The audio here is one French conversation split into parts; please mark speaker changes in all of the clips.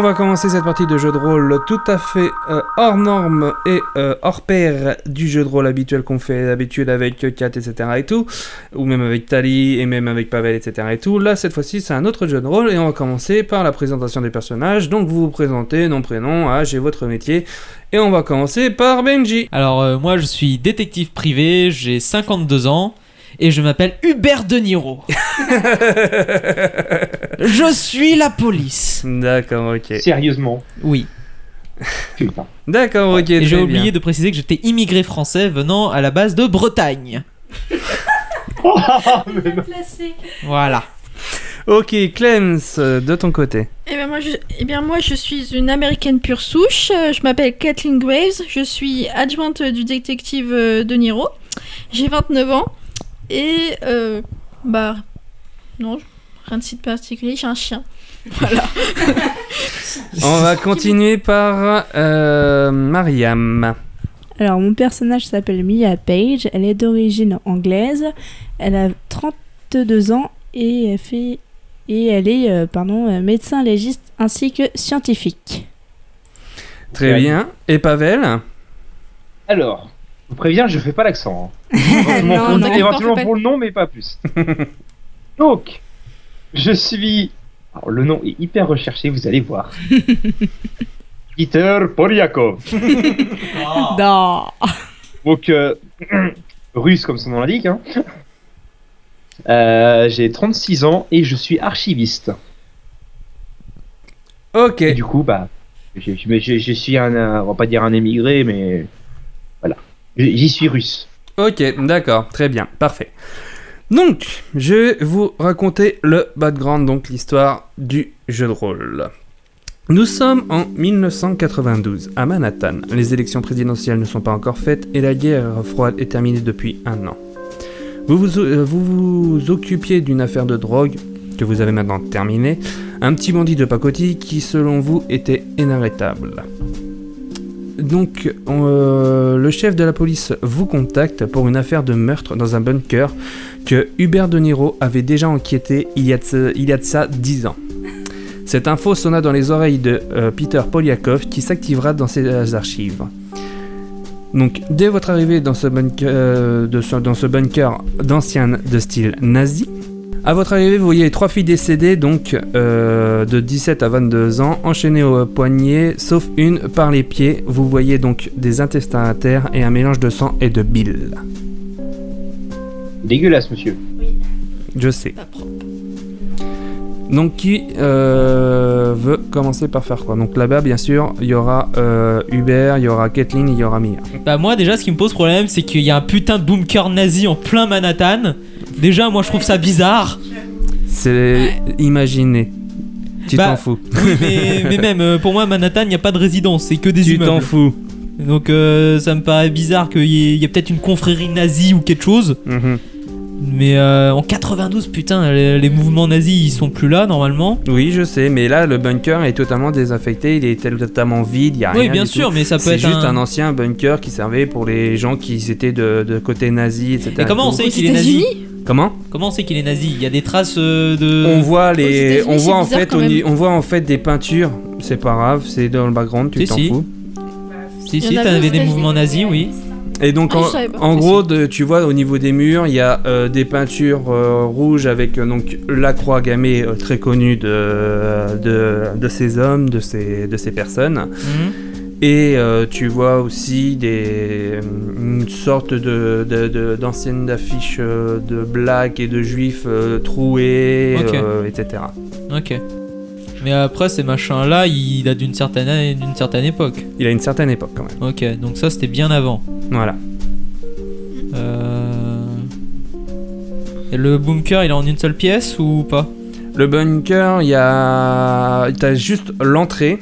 Speaker 1: va commencer cette partie de jeu de rôle tout à fait euh, hors norme et euh, hors pair du jeu de rôle habituel qu'on fait d'habitude avec Kat, etc. et tout, ou même avec Tali et même avec Pavel, etc. et tout. Là, cette fois-ci, c'est un autre jeu de rôle et on va commencer par la présentation des personnages. Donc, vous vous présentez, nom, prénom, âge et votre métier. Et on va commencer par Benji.
Speaker 2: Alors euh, moi je suis détective privé, j'ai 52 ans et je m'appelle Hubert De Niro. je suis la police.
Speaker 1: D'accord, ok.
Speaker 3: Sérieusement.
Speaker 2: Oui.
Speaker 3: Putain.
Speaker 1: D'accord, ok.
Speaker 2: Et j'ai
Speaker 1: très
Speaker 2: oublié
Speaker 1: bien.
Speaker 2: de préciser que j'étais immigré français venant à la base de Bretagne.
Speaker 4: Bien placé.
Speaker 2: Voilà.
Speaker 1: Ok, Clems, euh, de ton côté.
Speaker 4: Eh bien moi, je, eh bien moi, je suis une américaine pure souche. Euh, Je m'appelle Kathleen Graves. Je suis adjointe du détective euh, De Niro. J'ai 29 ans. Et. euh, bah. Non, rien de si particulier. J'ai un chien.
Speaker 1: On va continuer par euh, Mariam.
Speaker 5: Alors, mon personnage s'appelle Mia Page. Elle est d'origine anglaise. Elle a 32 ans et elle, fait... et elle est euh, pardon, euh, médecin légiste ainsi que scientifique.
Speaker 1: Très
Speaker 3: Ouais.
Speaker 1: bien. Et Pavel
Speaker 3: Alors, je vous préviens, je fais pas l'accent. hein.
Speaker 5: Non,
Speaker 3: pour,
Speaker 5: non.
Speaker 3: éventuellement
Speaker 4: T'en fais pas.
Speaker 3: pour le nom, mais pas plus. Donc, je suis. Alors, le nom est hyper recherché, vous allez voir. Peter Polyakov.
Speaker 1: Ah.
Speaker 5: Non.
Speaker 3: Donc, euh, russe comme son nom l'indique. hein. Euh, J'ai 36 ans et je suis archiviste.
Speaker 1: Ok.
Speaker 3: Et du coup, bah, je, je- je- je suis un, euh, on va pas dire un émigré, mais voilà, J- j'y suis russe.
Speaker 1: Ok, d'accord, très bien, parfait. Donc, je vais vous raconter le background, donc l'histoire du jeu de rôle. Nous sommes en 1992, à Manhattan. Les élections présidentielles ne sont pas encore faites et la guerre froide est terminée depuis un an. Vous vous, euh, vous vous occupiez d'une affaire de drogue, que vous avez maintenant terminée, un petit bandit de pacotille qui, selon vous, était inarrêtable. Donc, on, euh, le chef de la police vous contacte pour une affaire de meurtre dans un bunker que Hubert De Niro avait déjà enquêté il y a de, ce- il y a de ça 10 ans. Cette info sonna dans les oreilles de euh, Peter Poliakov qui s'activera dans ses euh, archives. Donc, dès votre arrivée dans ce bunker, euh, de ce- dans ce bunker d'anciennes de style nazi, à votre arrivée, vous voyez les trois filles décédées, donc euh, de 17 à 22 ans, enchaînées au poignet, sauf une par les pieds. Vous voyez donc des intestins à terre et un mélange de sang et de bile.
Speaker 3: Dégueulasse, monsieur.
Speaker 1: Je sais.
Speaker 4: Pas propre.
Speaker 1: Donc qui euh, veut commencer par faire quoi Donc là-bas, bien sûr, il y aura euh, Hubert, il y aura Kathleen, il y aura Mia.
Speaker 2: Bah moi déjà ce qui me pose problème c'est qu'il y a un putain de bunker nazi en plein Manhattan. Déjà moi je trouve ça bizarre.
Speaker 1: C'est imaginé. Tu
Speaker 2: Bah,
Speaker 1: t'en fous.
Speaker 2: Oui mais, mais même euh, pour moi Manhattan il n'y a pas de résidence, c'est que des
Speaker 1: Tu
Speaker 2: immeubles.
Speaker 1: t'en fous.
Speaker 2: Donc euh, ça me paraît bizarre qu'il y ait, il y ait peut-être une confrérie nazie ou quelque chose.
Speaker 1: Mhm.
Speaker 2: Mais euh, en 92, putain, les, les mouvements nazis, ils sont plus là normalement.
Speaker 1: Oui, je sais, mais là, le bunker est totalement désaffecté, il est tel- totalement vide, il y a Ah, rien.
Speaker 2: oui, bien
Speaker 1: du tout.
Speaker 2: sûr, mais ça peut
Speaker 1: C'est
Speaker 2: être
Speaker 1: juste un...
Speaker 2: un...
Speaker 1: ancien bunker qui servait pour les gens qui étaient de, de côté nazi, etc.
Speaker 2: Et comment on sait
Speaker 4: Aux
Speaker 2: qu'il est nazi
Speaker 4: États-Unis
Speaker 1: Comment
Speaker 2: Comment on sait qu'il est nazi Il y a des traces euh,
Speaker 1: On
Speaker 2: de.
Speaker 1: voit les,
Speaker 4: États-Unis,
Speaker 1: on
Speaker 4: c'est
Speaker 1: voit en
Speaker 4: bizarre
Speaker 1: fait,
Speaker 4: quand
Speaker 1: on, y-
Speaker 4: même.
Speaker 1: on voit en fait des peintures. C'est pas grave, c'est dans le background, tu
Speaker 2: Si,
Speaker 1: t'en
Speaker 2: si.
Speaker 1: fous.
Speaker 2: Si,
Speaker 4: Il y
Speaker 2: si,
Speaker 4: en avait aux
Speaker 2: t'avais des
Speaker 4: États-Unis.
Speaker 2: mouvements nazis, oui.
Speaker 1: Et donc
Speaker 4: Ah,
Speaker 1: en,
Speaker 4: je savais pas.
Speaker 1: en
Speaker 4: Si,
Speaker 1: gros, de- tu vois au niveau des murs, il y a euh, des peintures euh, rouges avec euh, donc la croix gammée euh, très connue de, euh, de de ces hommes, de ces de ces personnes.
Speaker 2: Mhm.
Speaker 1: Et euh, tu vois aussi des, euh, une sorte de, de, de- d'ancienne affiche euh, de blacks et de juifs euh, troués,
Speaker 2: Ok.
Speaker 1: euh, etc.
Speaker 2: Ok. Mais après, ces machins-là, il datent d'une certaine, année- d'une certaine époque.
Speaker 1: Il a une certaine époque quand même.
Speaker 2: Ok, donc ça, c'était bien avant.
Speaker 1: Voilà.
Speaker 2: Euh... Et le bunker, il est en une seule pièce ou pas
Speaker 1: Le bunker, il y a. T'as juste l'entrée.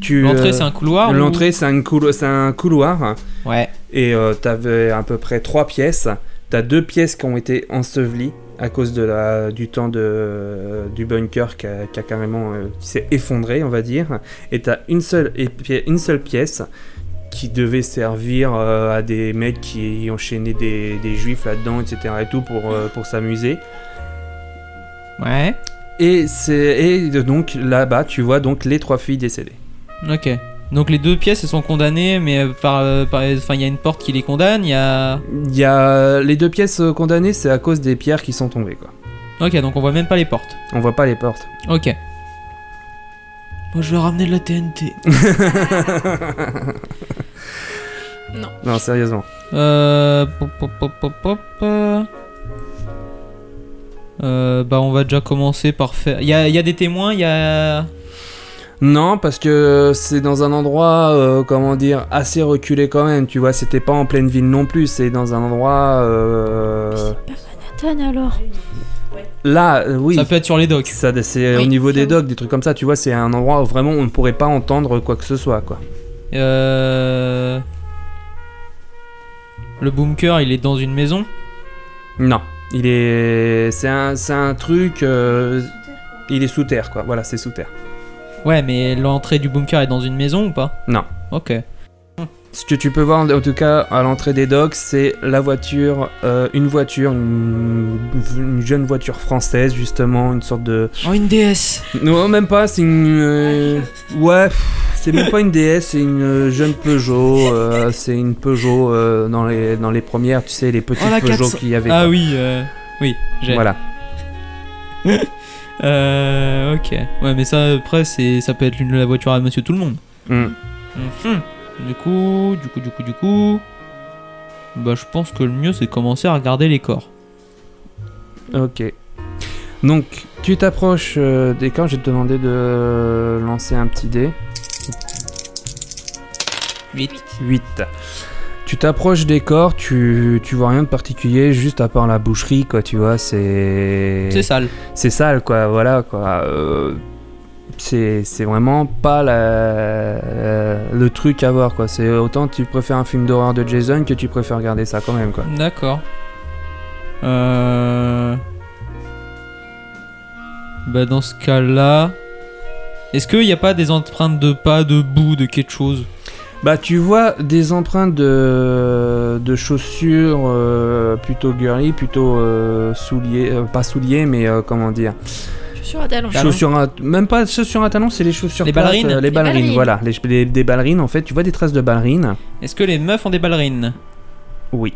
Speaker 1: Tu,
Speaker 2: L'entrée,
Speaker 1: euh,
Speaker 2: c'est un couloir ou-
Speaker 1: L'entrée, c'est un, coulo- c'est un couloir.
Speaker 2: Ouais.
Speaker 1: Et euh, t'avais à peu près trois pièces. T'as deux pièces qui ont été ensevelies à cause de la, du temps de, du bunker qui, a, qui a carrément euh, qui s'est effondré, on va dire. Et t'as une seule, épi- une seule pièce qui devait servir euh, à des mecs qui enchaînaient des, des juifs là-dedans, etc. et tout pour, euh, pour s'amuser.
Speaker 2: Ouais.
Speaker 1: Et, c'est, et donc là-bas, tu vois donc les trois filles décédées.
Speaker 2: Ok. Donc les deux pièces, elles sont condamnées, mais euh, par, euh, par- enfin, il y a une porte qui les condamne. Il y a.
Speaker 1: Il y a les deux pièces euh, condamnées, c'est à cause des pierres qui sont tombées. Quoi.
Speaker 2: Ok, donc on voit même pas les portes.
Speaker 1: On voit pas les portes.
Speaker 2: Ok. Moi, je vais ramener de la TNT.
Speaker 4: Non.
Speaker 1: Non, sérieusement.
Speaker 2: Euh, pop, pop, pop, pop, pop, euh. Euh, bah on va déjà commencer par faire... Il y a, il y a des témoins, il y a...
Speaker 1: Non, parce que c'est dans un endroit, euh, comment dire, assez reculé quand même. Tu vois, c'était pas en pleine ville non plus. C'est dans un endroit. euh,
Speaker 4: Manhattan alors.
Speaker 1: Là, euh, oui.
Speaker 2: Ça peut être sur les docks.
Speaker 1: Ça, c'est au
Speaker 4: Oui,
Speaker 1: niveau des
Speaker 4: j'avoue.
Speaker 1: docks, des trucs comme ça. Tu vois, c'est un endroit où vraiment on ne pourrait pas entendre quoi que ce soit, quoi.
Speaker 2: Euh... Le bunker, il est dans une maison.
Speaker 1: Non, il est, c'est un, c'est un truc. euh, Il est sous terre, quoi. Voilà, c'est sous terre.
Speaker 2: Ouais, mais l'entrée du bunker est dans une maison ou pas
Speaker 1: Non.
Speaker 2: Ok.
Speaker 1: Ce que tu peux voir, en tout cas, à l'entrée des docks, c'est la voiture, euh, une voiture, une, une jeune voiture française, justement, une sorte de.
Speaker 2: Oh, une déesse
Speaker 1: Non, même pas, c'est une. euh, Ouais, pff, c'est même pas une DS, c'est une euh, jeune Peugeot. euh, c'est une Peugeot euh, dans, les, dans les premières, tu sais, les petites
Speaker 2: Oh, la
Speaker 1: Peugeot
Speaker 2: 400.
Speaker 1: qu'il y avait.
Speaker 2: Ah oui, euh... Oui, j'ai...
Speaker 1: Voilà.
Speaker 2: Euh... Ok. Ouais, mais ça, après, c'est... ça peut être l'une- la voiture à monsieur tout le monde.
Speaker 1: Mm.
Speaker 2: Mhm. Du coup, du coup, du coup, du coup. Bah, je pense que le mieux c'est de commencer à regarder les corps.
Speaker 1: Ok. Donc, tu t'approches euh, des corps, je vais te demander de lancer un petit dé. 8. Tu t'approches des corps, tu, tu vois rien de particulier, juste à part la boucherie, quoi, tu vois, c'est...
Speaker 2: C'est sale.
Speaker 1: c'est sale quoi voilà quoi Euh, c'est c'est vraiment pas la- euh, le truc à voir quoi c'est autant tu préfères un film d'horreur de Jason que tu préfères regarder ça quand même quoi
Speaker 2: D'accord. Euh. Bah, dans ce cas-là. Est-ce qu'il n'y a pas des empreintes de pas, de boue, de quelque chose
Speaker 1: bah tu vois des empreintes de de chaussures euh, plutôt girly plutôt euh, souliers euh, pas souliers mais euh, comment dire
Speaker 4: Je suis à talons.
Speaker 2: Talons.
Speaker 1: chaussures à- même pas chaussures à talons c'est les chaussures
Speaker 2: Les
Speaker 1: plates,
Speaker 2: ballerines.
Speaker 1: euh, les,
Speaker 4: Les
Speaker 1: ballerines,
Speaker 4: ballerines.
Speaker 1: voilà les, les- des ballerines en fait tu vois des traces de ballerines
Speaker 2: Est-ce que les meufs ont des ballerines
Speaker 1: oui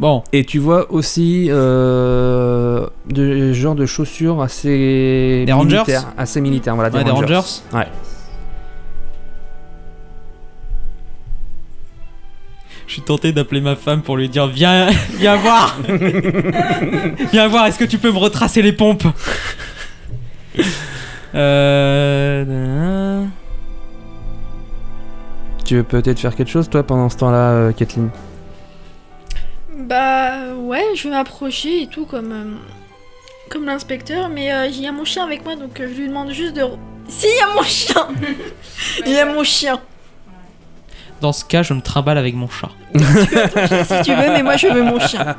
Speaker 2: Bon,
Speaker 1: Et tu vois aussi euh, de genre de chaussures assez
Speaker 2: Des Rangers
Speaker 1: militaires, assez militaires, voilà des
Speaker 2: ouais, des
Speaker 1: Rangers.
Speaker 2: Rangers
Speaker 1: Ouais.
Speaker 2: Je suis tenté d'appeler ma femme pour lui dire Viens, viens voir Viens voir, est-ce que tu peux me retracer les pompes Euh.
Speaker 1: Tu veux peut-être faire quelque chose toi pendant ce temps-là, euh, Kathleen
Speaker 4: Bah ouais, je vais m'approcher et tout comme euh, comme l'inspecteur, mais euh, il y a mon chien avec moi, donc euh, je lui demande juste de. re- Si il y a mon chien, il y a mon chien.
Speaker 2: Dans ce cas, je me trimballe avec mon chat.
Speaker 4: Si tu veux, mais moi je veux mon chien.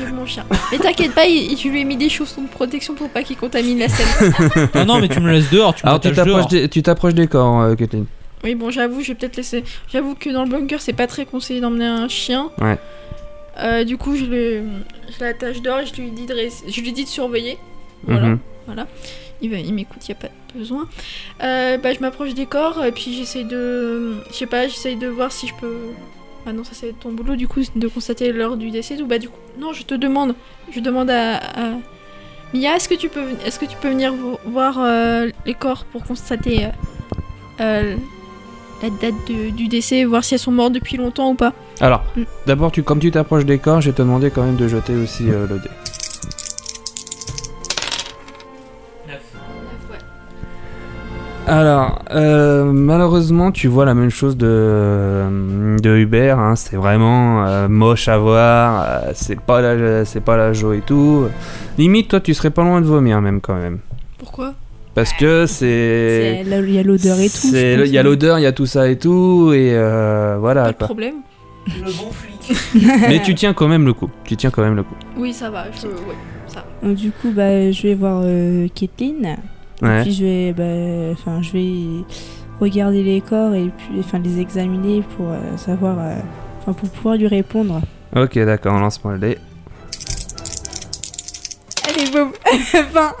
Speaker 4: Je veux mon chien. Mais t'inquiète pas, il, il- je lui ai mis des chaussons de protection pour pas qu'il contamine la scène.
Speaker 2: Ah Non, non, mais tu me laisses dehors, tu me
Speaker 1: Alors tu
Speaker 2: attaches dehors.
Speaker 1: t'approches, des, tu t'approches des corps, euh, Kathleen.
Speaker 4: Oui bon, j'avoue, je vais peut-être laisser. J'avoue que dans le bunker, c'est pas très conseillé d'emmener un chien.
Speaker 1: Ouais.
Speaker 4: Euh, du coup, je le, je l'attache dehors et je lui dis de, res- je lui dis de surveiller. Voilà.
Speaker 1: Mhm.
Speaker 4: Il, va- il m'écoute, il n'y a pas besoin. Euh, bah, je m'approche des corps et puis j'essaye de. Je sais pas, j'essaye de voir si je peux. Ah non, ça c'est ton boulot du coup, de constater l'heure du décès. Ou bah du coup, non, je te demande. Je demande à. à- Mia, est-ce que, tu peux, ven- est-ce que tu peux venir vo- voir euh, les corps pour constater euh, euh, la date de- du décès, voir si elles sont mortes depuis longtemps ou pas
Speaker 1: Alors,
Speaker 4: Mm.
Speaker 1: d'abord, tu, comme tu t'approches des corps, je vais te demander quand même de jeter aussi euh, le dé. Alors, euh, malheureusement, tu vois la même chose de, de Hubert. hein. C'est vraiment euh, moche à voir. euh, c'est pas la, c'est pas la joie et tout. Limite, toi, tu serais pas loin de vomir même quand même,
Speaker 4: Pourquoi
Speaker 1: parce que c'est.
Speaker 5: C'est- là, Il y a l'odeur et tout. je
Speaker 1: c'est-
Speaker 5: pense.
Speaker 1: Il y a l'odeur, il y a tout ça et tout, et euh,
Speaker 4: Pas
Speaker 1: voilà.
Speaker 4: de
Speaker 1: quoi.
Speaker 4: problème
Speaker 1: Mais tu tiens quand même le coup. Tu tiens quand même le coup.
Speaker 4: Oui, ça va. Je, ouais.
Speaker 5: Donc, du coup, bah, je vais voir euh, Kathleen. Et
Speaker 1: Ouais.
Speaker 5: puis je vais, bah, enfin, je vais regarder les corps et puis, enfin, les examiner pour euh, savoir, euh, enfin, pour pouvoir lui répondre.
Speaker 1: Ok, d'accord. Lance-moi le dé.
Speaker 4: Elle est
Speaker 5: boum. Vingt.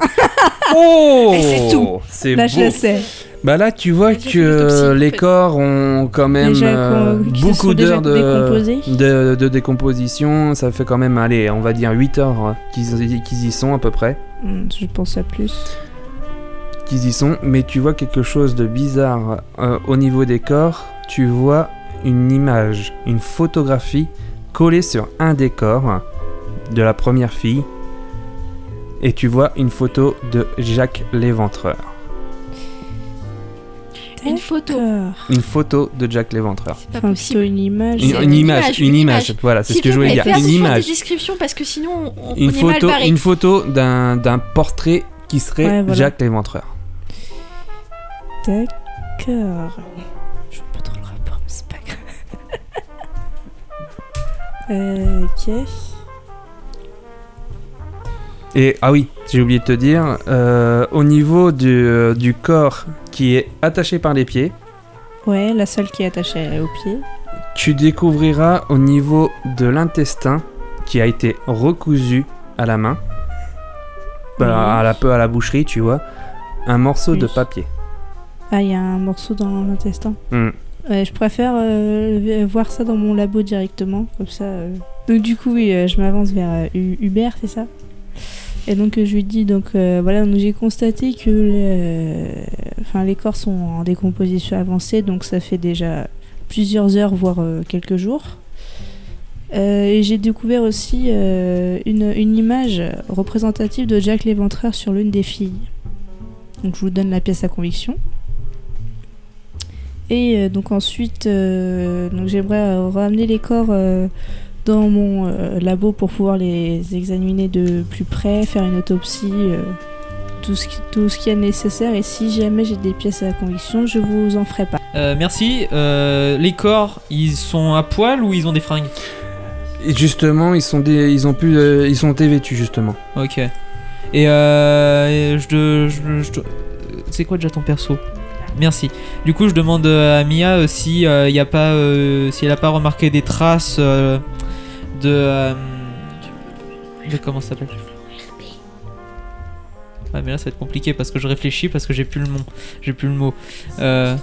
Speaker 1: Oh
Speaker 5: Et c'est tout.
Speaker 1: C'est
Speaker 5: Là, je le
Speaker 1: beau.
Speaker 5: sais.
Speaker 1: Bah là, tu vois
Speaker 4: C'est
Speaker 1: que
Speaker 4: l'autopsie,
Speaker 1: euh,
Speaker 4: en
Speaker 1: les
Speaker 4: fait.
Speaker 1: corps ont quand même
Speaker 5: Déjà
Speaker 1: euh,
Speaker 5: qu'on- qu'ils se
Speaker 1: beaucoup
Speaker 5: sont déjà
Speaker 1: d'heures de,
Speaker 5: décomposés.
Speaker 1: de, de décomposition. Ça fait quand même, allez, on va dire 8 heures euh, qu'ils qu'ils y sont à peu près.
Speaker 5: Hmm, Je pense à plus.
Speaker 1: Qu'ils y sont, mais tu vois quelque chose de bizarre euh, au niveau des corps. Tu vois une image, une photographie collée sur un des corps de la première fille. Et tu vois une photo de Jacques Léventreur.
Speaker 4: Une photo.
Speaker 5: D'accord.
Speaker 1: Une photo de Jack l'Éventreur.
Speaker 4: C'est pas
Speaker 5: Enfin, plutôt
Speaker 4: possible.
Speaker 5: une image.
Speaker 1: Une,
Speaker 4: C'est
Speaker 1: une image, une image, voilà, c'est ce
Speaker 4: S'il
Speaker 1: que
Speaker 4: te
Speaker 1: je voulais
Speaker 4: plaît,
Speaker 1: dire.
Speaker 4: fais
Speaker 1: Une
Speaker 4: attention aux
Speaker 1: image,
Speaker 4: descriptions parce que sinon on,
Speaker 1: une
Speaker 4: on est mal
Speaker 1: photo,
Speaker 4: barré.
Speaker 1: une photo d'un d'un portrait qui serait
Speaker 5: Ouais, voilà.
Speaker 1: Jack l'Éventreur.
Speaker 5: D'accord. Je vois pas trop le rapport, mais c'est pas grave. Euh, ok.
Speaker 1: Et ah oui, j'ai oublié de te dire, euh, au niveau du, euh, du corps qui est attaché par les pieds,
Speaker 5: Ouais, la seule qui est attachée au pied.
Speaker 1: tu découvriras au niveau de l'intestin qui a été recousu à la main, bah,
Speaker 5: Oui.
Speaker 1: à la peu à la boucherie, tu vois, un morceau de
Speaker 5: Oui.
Speaker 1: papier.
Speaker 5: Ah, il y a un morceau dans l'intestin.
Speaker 1: Hmm.
Speaker 5: Ouais, je préfère euh, voir ça dans mon labo directement, comme ça. euh. Donc du coup, oui, euh, je m'avance vers euh, Hu- Hubert, c'est ça Et donc euh, je lui dis, donc euh, voilà, donc, j'ai constaté que le- enfin, les corps sont en décomposition avancée, donc ça fait déjà plusieurs heures, voire euh, quelques jours. Euh, et j'ai découvert aussi euh, une, une image représentative de Jack l'Éventreur sur l'une des filles. Donc je vous donne la pièce à conviction. Et euh, donc ensuite, euh, donc j'aimerais euh, ramener les corps euh, dans mon euh, labo pour pouvoir les examiner de plus près, faire une autopsie, euh, tout, ce qui, tout ce qui est nécessaire. Et si jamais j'ai des pièces à conviction, je vous en ferai pas.
Speaker 2: Euh, merci. Euh, les corps, ils sont à poil ou ils ont des fringues
Speaker 1: Et justement, ils sont des, ils ont pu, euh, ils sont dévêtus justement.
Speaker 2: Ok. Et euh, je te- je- je te- C'est quoi déjà ton perso Merci. Du coup, je demande à Mia euh, si euh, y a pas, euh, si elle a pas remarqué des traces euh, de, euh, de comment ça s'appelle Ouais, mais là, ça va être compliqué parce que je réfléchis parce que j'ai plus le mot. J'ai plus le mot. Euh,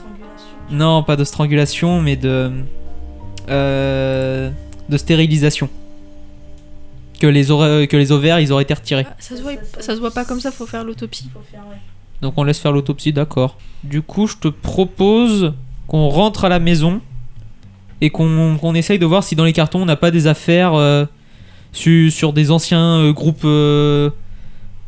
Speaker 2: non, pas de strangulation, mais de euh, de stérilisation. Que les, ora- que les ovaires, ils auraient été retirés.
Speaker 4: Ah, Ça se, voit, ça se voit pas comme ça, faut faire l'autopsie.
Speaker 2: Donc on laisse faire l'autopsie, d'accord. Du coup, je te propose qu'on rentre à la maison et qu'on qu'on essaye de voir si dans les cartons on n'a pas des affaires euh, su- sur des anciens euh, groupes, euh,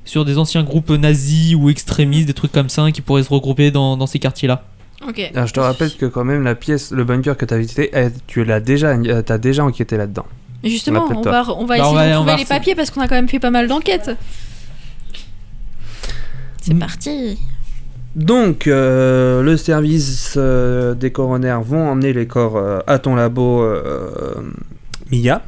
Speaker 2: sur des anciens groupes nazis ou extrémistes, des trucs comme ça hein, qui pourraient se regrouper dans, dans ces quartiers-là.
Speaker 4: Ok.
Speaker 1: Alors, je te rappelle que quand même la pièce, le bunker que t'as visité, elle- tu l'as déjà, t'as déjà enquêté là-dedans.
Speaker 4: Et Justement, on
Speaker 1: Rappelle-toi.
Speaker 4: va, on va
Speaker 2: Bah, on va- on
Speaker 4: essayer de
Speaker 2: va
Speaker 4: trouver les
Speaker 2: refaire.
Speaker 4: papiers parce qu'on a quand même fait pas mal d'enquêtes. C'est
Speaker 1: Mm.
Speaker 4: parti.
Speaker 1: Donc, euh, le service euh, des coronaires vont emmener les corps euh, à ton labo, euh, Mia.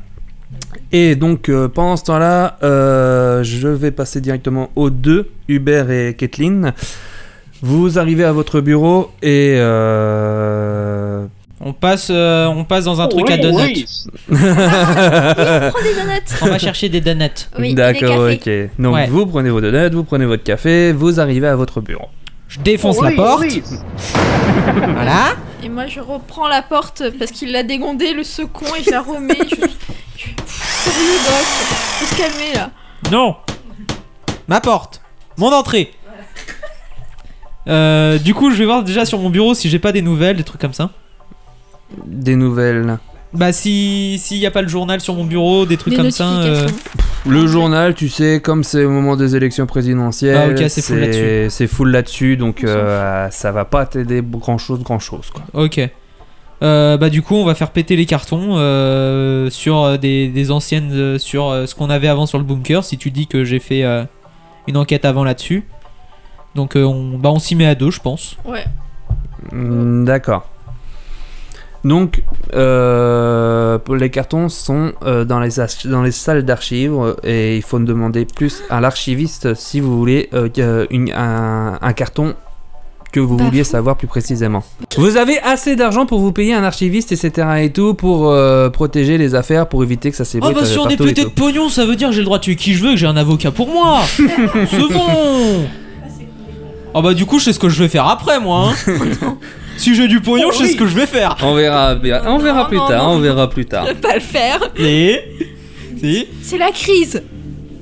Speaker 1: Et donc, euh, pendant ce temps-là, euh, je vais passer directement aux deux, Hubert et Kathleen. Vous arrivez à votre bureau et... euh,
Speaker 2: On passe, euh, on passe
Speaker 3: Oh
Speaker 2: dans un truc à donuts.
Speaker 4: Prends des donuts.
Speaker 2: On va chercher des donuts.
Speaker 4: Oui,
Speaker 1: D'accord,
Speaker 4: et des cafés.
Speaker 1: ok. Donc,
Speaker 2: Ouais.
Speaker 1: vous prenez vos donuts, vous prenez votre café, vous arrivez à votre bureau.
Speaker 2: Je défonce la porte. Voilà.
Speaker 4: Et moi, je reprends la porte parce qu'il l'a dégondée, le second, et je la remets. je... je- Pff, Sérieux, gosse. Faut se calmer là.
Speaker 2: Non Ma porte Mon entrée Euh, Du coup, je vais voir déjà sur mon bureau si j'ai pas des nouvelles, des trucs comme ça.
Speaker 1: Des nouvelles.
Speaker 2: Bah, si s'il y a pas le journal sur mon bureau, des trucs
Speaker 4: Des
Speaker 2: comme ça. euh,
Speaker 4: notifications.
Speaker 1: Le journal, tu sais, comme c'est au moment des élections présidentielles,
Speaker 2: Ah, ok, c'est full là-dessus.
Speaker 1: c'est full là-dessus, donc euh, ça va pas t'aider grand chose, grand chose quoi.
Speaker 2: Ok. Euh, bah, du coup, on va faire péter les cartons euh, sur euh, des, des anciennes. euh, sur euh, ce qu'on avait avant sur le bunker. Si tu dis que j'ai fait euh, une enquête avant là-dessus. Donc, euh, on, bah, on s'y met à deux, je pense.
Speaker 4: Ouais.
Speaker 1: Hmm, D'accord. Donc euh, les cartons sont euh, dans les ach- dans les salles d'archives euh, et il faut demander plus à l'archiviste si vous voulez euh, que- une- un, un carton que vous
Speaker 4: Pas
Speaker 1: vouliez
Speaker 4: fou.
Speaker 1: savoir plus précisément. Vous avez assez d'argent pour vous payer un archiviste, etc. et tout, pour euh, protéger les affaires, pour éviter que ça
Speaker 2: Ah
Speaker 1: s'ébruite
Speaker 2: bah
Speaker 1: euh,
Speaker 2: si on est
Speaker 1: partout et
Speaker 2: pété de
Speaker 1: tout.
Speaker 2: pognon, ça veut dire que j'ai le droit de tuer qui je veux et que j'ai un avocat pour moi. C'est bon. Ah bah du coup, je sais ce que je vais faire après moi. hein. si j'ai du pognon,
Speaker 1: Oh
Speaker 2: je sais ce que je vais faire.
Speaker 1: On verra, on verra
Speaker 4: Non,
Speaker 1: plus
Speaker 4: non,
Speaker 1: tard,
Speaker 4: non.
Speaker 1: on verra plus tard.
Speaker 4: Ne pas le faire.
Speaker 2: Et si
Speaker 4: C'est la crise.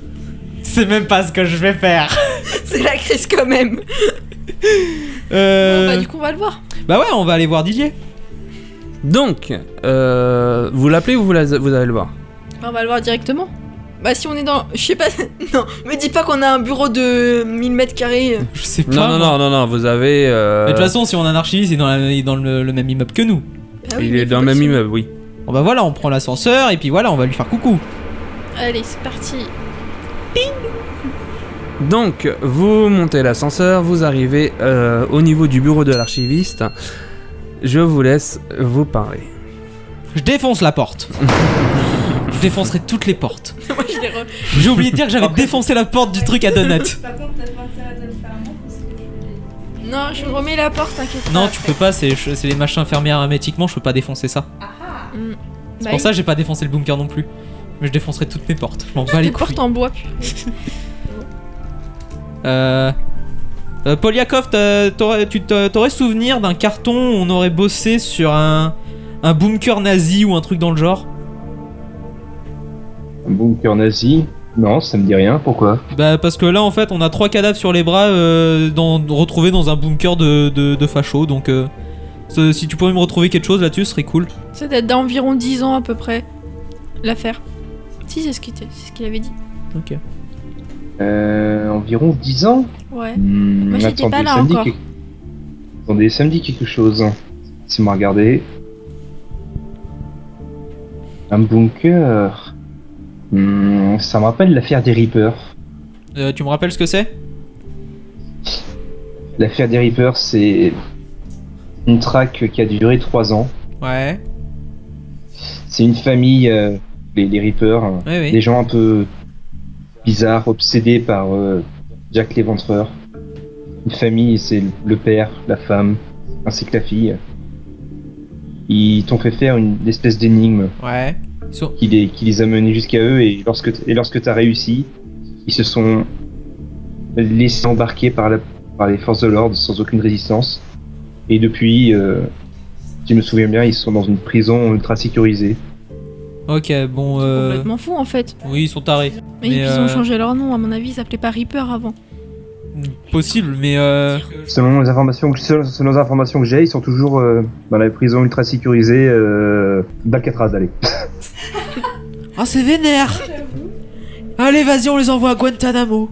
Speaker 2: c'est même pas ce que je vais faire.
Speaker 4: C'est la crise quand même.
Speaker 2: Euh,
Speaker 4: Bon, bah, du coup, on va le voir.
Speaker 2: bah ouais, on va aller voir Didier.
Speaker 1: Donc, euh, vous l'appelez ou vous, la- vous allez le voir
Speaker 4: On va le voir directement. Bah, si on est dans. Je sais pas. Non, me dis pas qu'on a un bureau de 1000 mètres carrés.
Speaker 2: Je sais pas.
Speaker 1: Non, non, non,
Speaker 2: moi.
Speaker 1: non, non, vous avez. euh,
Speaker 2: Mais De toute façon, si on a un archiviste, il est dans, la- il est dans le, le même immeuble que nous.
Speaker 4: Bah oui,
Speaker 1: il
Speaker 4: mais
Speaker 1: est
Speaker 4: faut
Speaker 1: dans le
Speaker 4: pas
Speaker 1: même
Speaker 4: se-
Speaker 1: immeuble, oui.
Speaker 2: Bon bah voilà, on prend l'ascenseur et puis voilà, on va lui faire coucou.
Speaker 4: Allez, c'est parti.
Speaker 1: Donc, vous montez l'ascenseur, vous arrivez euh, au niveau du bureau de l'archiviste. Je vous laisse vous parler.
Speaker 2: Je défonce la porte. je défoncerai toutes les portes.
Speaker 4: Moi, je l'ai re-
Speaker 2: J'ai oublié de dire que j'avais défoncé la porte du truc à Donut.
Speaker 5: Par contre, t'as pas intérêt de le faire moi parce que je
Speaker 4: Non, je remets la porte, t'inquiète
Speaker 2: Non,
Speaker 4: pas.
Speaker 2: tu peux pas, c'est c'est les machins fermés hermétiquement, je peux pas défoncer ça. C'est
Speaker 4: Bah
Speaker 2: pour
Speaker 4: oui.
Speaker 2: ça que j'ai pas défoncé le bunker non plus. Mais je défoncerai toutes mes portes. Je m'en bats
Speaker 4: Des
Speaker 2: les
Speaker 4: portes
Speaker 2: couilles.
Speaker 4: en bois, puis.
Speaker 2: Euh. euh, Poliakov, t'as- t'aurais- tu t'a- t'aurais souvenir d'un carton où on aurait bossé sur un, un bunker nazi ou un truc dans le genre
Speaker 3: Un bunker nazi Non, ça me dit rien. Pourquoi
Speaker 2: Bah parce que là en fait on a trois cadavres sur les bras euh, dans, retrouvés dans un bunker de, de, de fachos donc euh, ce- si tu pouvais me retrouver quelque chose là-dessus ce serait cool.
Speaker 4: Ça date d'environ 10 ans à peu près, l'affaire. Si, c'est ce qu'il était- c'est ce qu'il avait dit.
Speaker 2: Ok.
Speaker 3: euh, Environ 10 ans
Speaker 4: Ouais.
Speaker 3: Hmm,
Speaker 4: Moi, j'étais pas là
Speaker 3: ça me dit
Speaker 4: encore.
Speaker 3: quelque- Attendez, ça me dit quelque chose. Laissez-moi regarder. Un bunker. Hmm, ça me rappelle l'affaire des Reapers.
Speaker 2: Euh, tu me rappelles ce que c'est
Speaker 3: L'affaire des Reapers, c'est une traque qui a duré 3 ans.
Speaker 2: Ouais.
Speaker 3: C'est une famille, euh, les, les Reapers, euh,
Speaker 2: Oui
Speaker 3: des
Speaker 2: oui.
Speaker 3: gens un peu bizarres, obsédés par euh, Jack l'éventreur. Une famille, c'est le père, la femme, ainsi que la fille. Ils t'ont fait faire une espèce d'énigme
Speaker 2: Ouais. Ils sont-
Speaker 3: qui les, qui les a menés jusqu'à eux et lorsque, t- et lorsque t'as réussi, ils se sont laissés embarquer par, la, par les forces de l'ordre sans aucune résistance. Et depuis, euh, si je me souviens bien, ils sont dans une prison ultra sécurisée.
Speaker 2: Ok bon. Euh...
Speaker 4: Complètement fou en fait.
Speaker 2: Oui ils sont tarés.
Speaker 4: Mais,
Speaker 2: Mais,
Speaker 4: ils
Speaker 2: euh,
Speaker 4: ont changé leur nom, à mon avis, ils s'appelaient pas Reaper avant.
Speaker 2: Possible mais euh...
Speaker 3: Selon les informations que, selon, selon les informations que j'ai, ils sont toujours euh, dans la prison ultra sécurisée euh, d'Alcatraz, allez.
Speaker 2: Ah c'est vénère. Allez vas-y on les envoie à Guantanamo.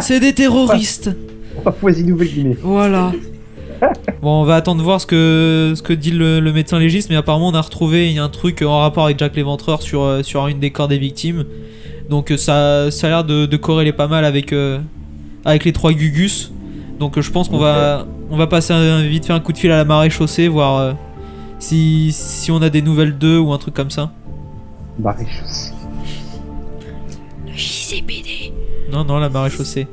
Speaker 2: c'est des terroristes.
Speaker 3: Papouasie-Nouvelle-Guinée.
Speaker 2: Voilà. Bon, on va attendre voir ce que, ce que dit le, le médecin légiste, mais apparemment on a retrouvé il y a un truc en rapport avec Jack l'éventreur sur, euh, sur une des corps des victimes. Donc euh, ça, ça a l'air de, de corréler pas mal avec, euh, avec les trois Gugus. Donc euh, je pense qu'on va, on va passer un- vite faire un coup de fil à la marée chaussée, voir euh, si, si on a des nouvelles d'eux ou un truc comme ça.
Speaker 3: Bah, les choses.
Speaker 4: Le JCPD.
Speaker 2: Non, non, la marée chaussée.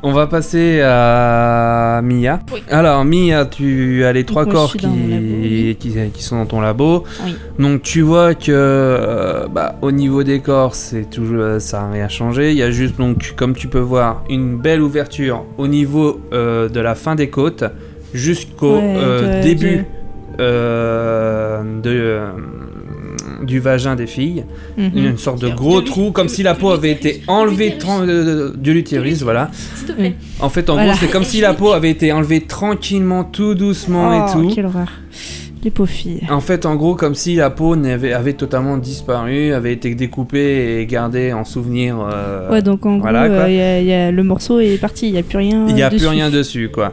Speaker 1: On va passer à Mia.
Speaker 4: Oui.
Speaker 1: Alors Mia, tu as les trois
Speaker 5: moi,
Speaker 1: corps
Speaker 5: je suis dans mon labo,
Speaker 1: qui,
Speaker 5: oui.
Speaker 1: qui, qui sont dans ton labo.
Speaker 5: Oui.
Speaker 1: Donc tu vois que euh, bah, au niveau des corps, c'est toujours ça n'a rien changé. Il y a juste donc comme tu peux voir une belle ouverture au niveau euh, de la fin des côtes jusqu'au
Speaker 5: Ouais,
Speaker 1: euh,
Speaker 5: de-
Speaker 1: début euh, de, euh, du vagin des filles
Speaker 5: l'ai.
Speaker 1: une sorte de
Speaker 4: De
Speaker 1: gros
Speaker 4: l'ut-
Speaker 1: trou, comme
Speaker 4: de-
Speaker 1: si la
Speaker 4: de
Speaker 1: peau avait été
Speaker 4: l'utérus.
Speaker 1: enlevée
Speaker 4: De l'utérus.
Speaker 1: tran- euh, de l'utérus, voilà.
Speaker 4: S'il te plaît.
Speaker 1: En fait, en
Speaker 5: Voilà.
Speaker 1: gros, c'est comme si la peau avait été enlevée tranquillement, tout doucement et tout.
Speaker 5: Oh,
Speaker 1: Euh,
Speaker 5: Quelle horreur. Les pauvres filles.
Speaker 1: En fait, en gros, comme si la peau n'avait- avait totalement disparu, avait été découpée et gardée en souvenir. euh,
Speaker 5: ouais, donc en
Speaker 1: voilà,
Speaker 5: gros,
Speaker 1: quoi.
Speaker 5: euh, y a- y a- le morceau est parti, il n'y a plus rien.
Speaker 1: Il n'y a
Speaker 5: dessus.
Speaker 1: plus rien dessus, quoi.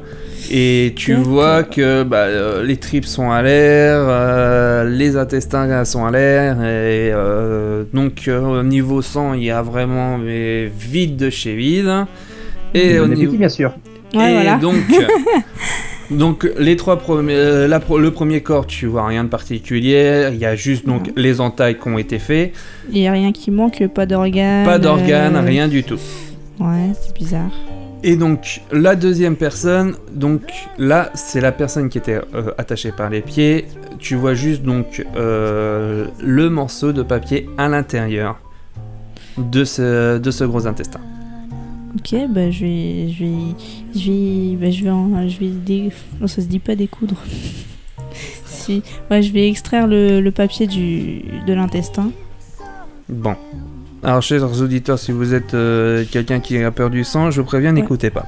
Speaker 1: Et tu
Speaker 5: D'accord.
Speaker 1: vois que bah, euh, les tripes sont à l'air, euh, les intestins sont à l'air, et euh, donc euh, au niveau sang, il y a vraiment mais, vide de chez vide. Et au
Speaker 3: Bon
Speaker 1: niveau...
Speaker 3: appétit, bien sûr.
Speaker 5: Ouais,
Speaker 1: et
Speaker 5: voilà.
Speaker 1: donc, donc les trois premiers, euh, la pro- le premier corps, tu vois rien de particulier. Il y a juste donc les entailles qui ont été faites,
Speaker 5: Il n'y a rien qui manque, pas d'organes.
Speaker 1: pas d'organes,
Speaker 5: euh,
Speaker 1: rien du tout.
Speaker 5: Ouais, c'est bizarre.
Speaker 1: Et donc la deuxième personne, donc là c'est la personne qui était euh, attachée par les pieds. Tu vois juste donc euh, le morceau de papier à l'intérieur de ce, de ce gros intestin.
Speaker 5: Ok, bah je vais, je vais, je vais, bah, je vais, en- je vais dé- non, ça se dit pas découdre. si, ouais, je vais extraire le, le papier du, de l'intestin.
Speaker 1: Bon. Alors chers auditeurs, si vous êtes euh, quelqu'un qui a peur du sang, je vous préviens,
Speaker 5: Ouais.
Speaker 1: n'écoutez pas.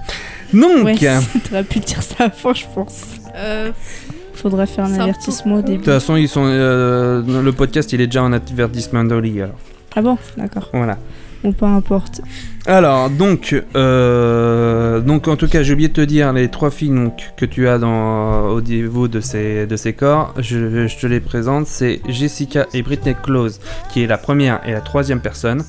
Speaker 1: Donc,
Speaker 5: Ouais, t'aurais pu dire ça avant, je pense.
Speaker 4: Euh,
Speaker 5: Faudra faire un
Speaker 4: C'est un peu
Speaker 5: avertissement au
Speaker 4: con.
Speaker 1: de
Speaker 5: début.
Speaker 1: toute façon, ils sont, euh, le podcast, il est déjà en avertissement d'Oli. Alors,
Speaker 5: Ah bon, d'accord.
Speaker 1: voilà.
Speaker 5: Bon, peu importe.
Speaker 1: Alors, donc, euh, donc en tout cas, j'ai oublié de te dire les trois filles donc, que tu as dans, au niveau de ces, de ces corps. Je, je te les présente c'est Jessica et Britney Close, qui est la première et la troisième personne.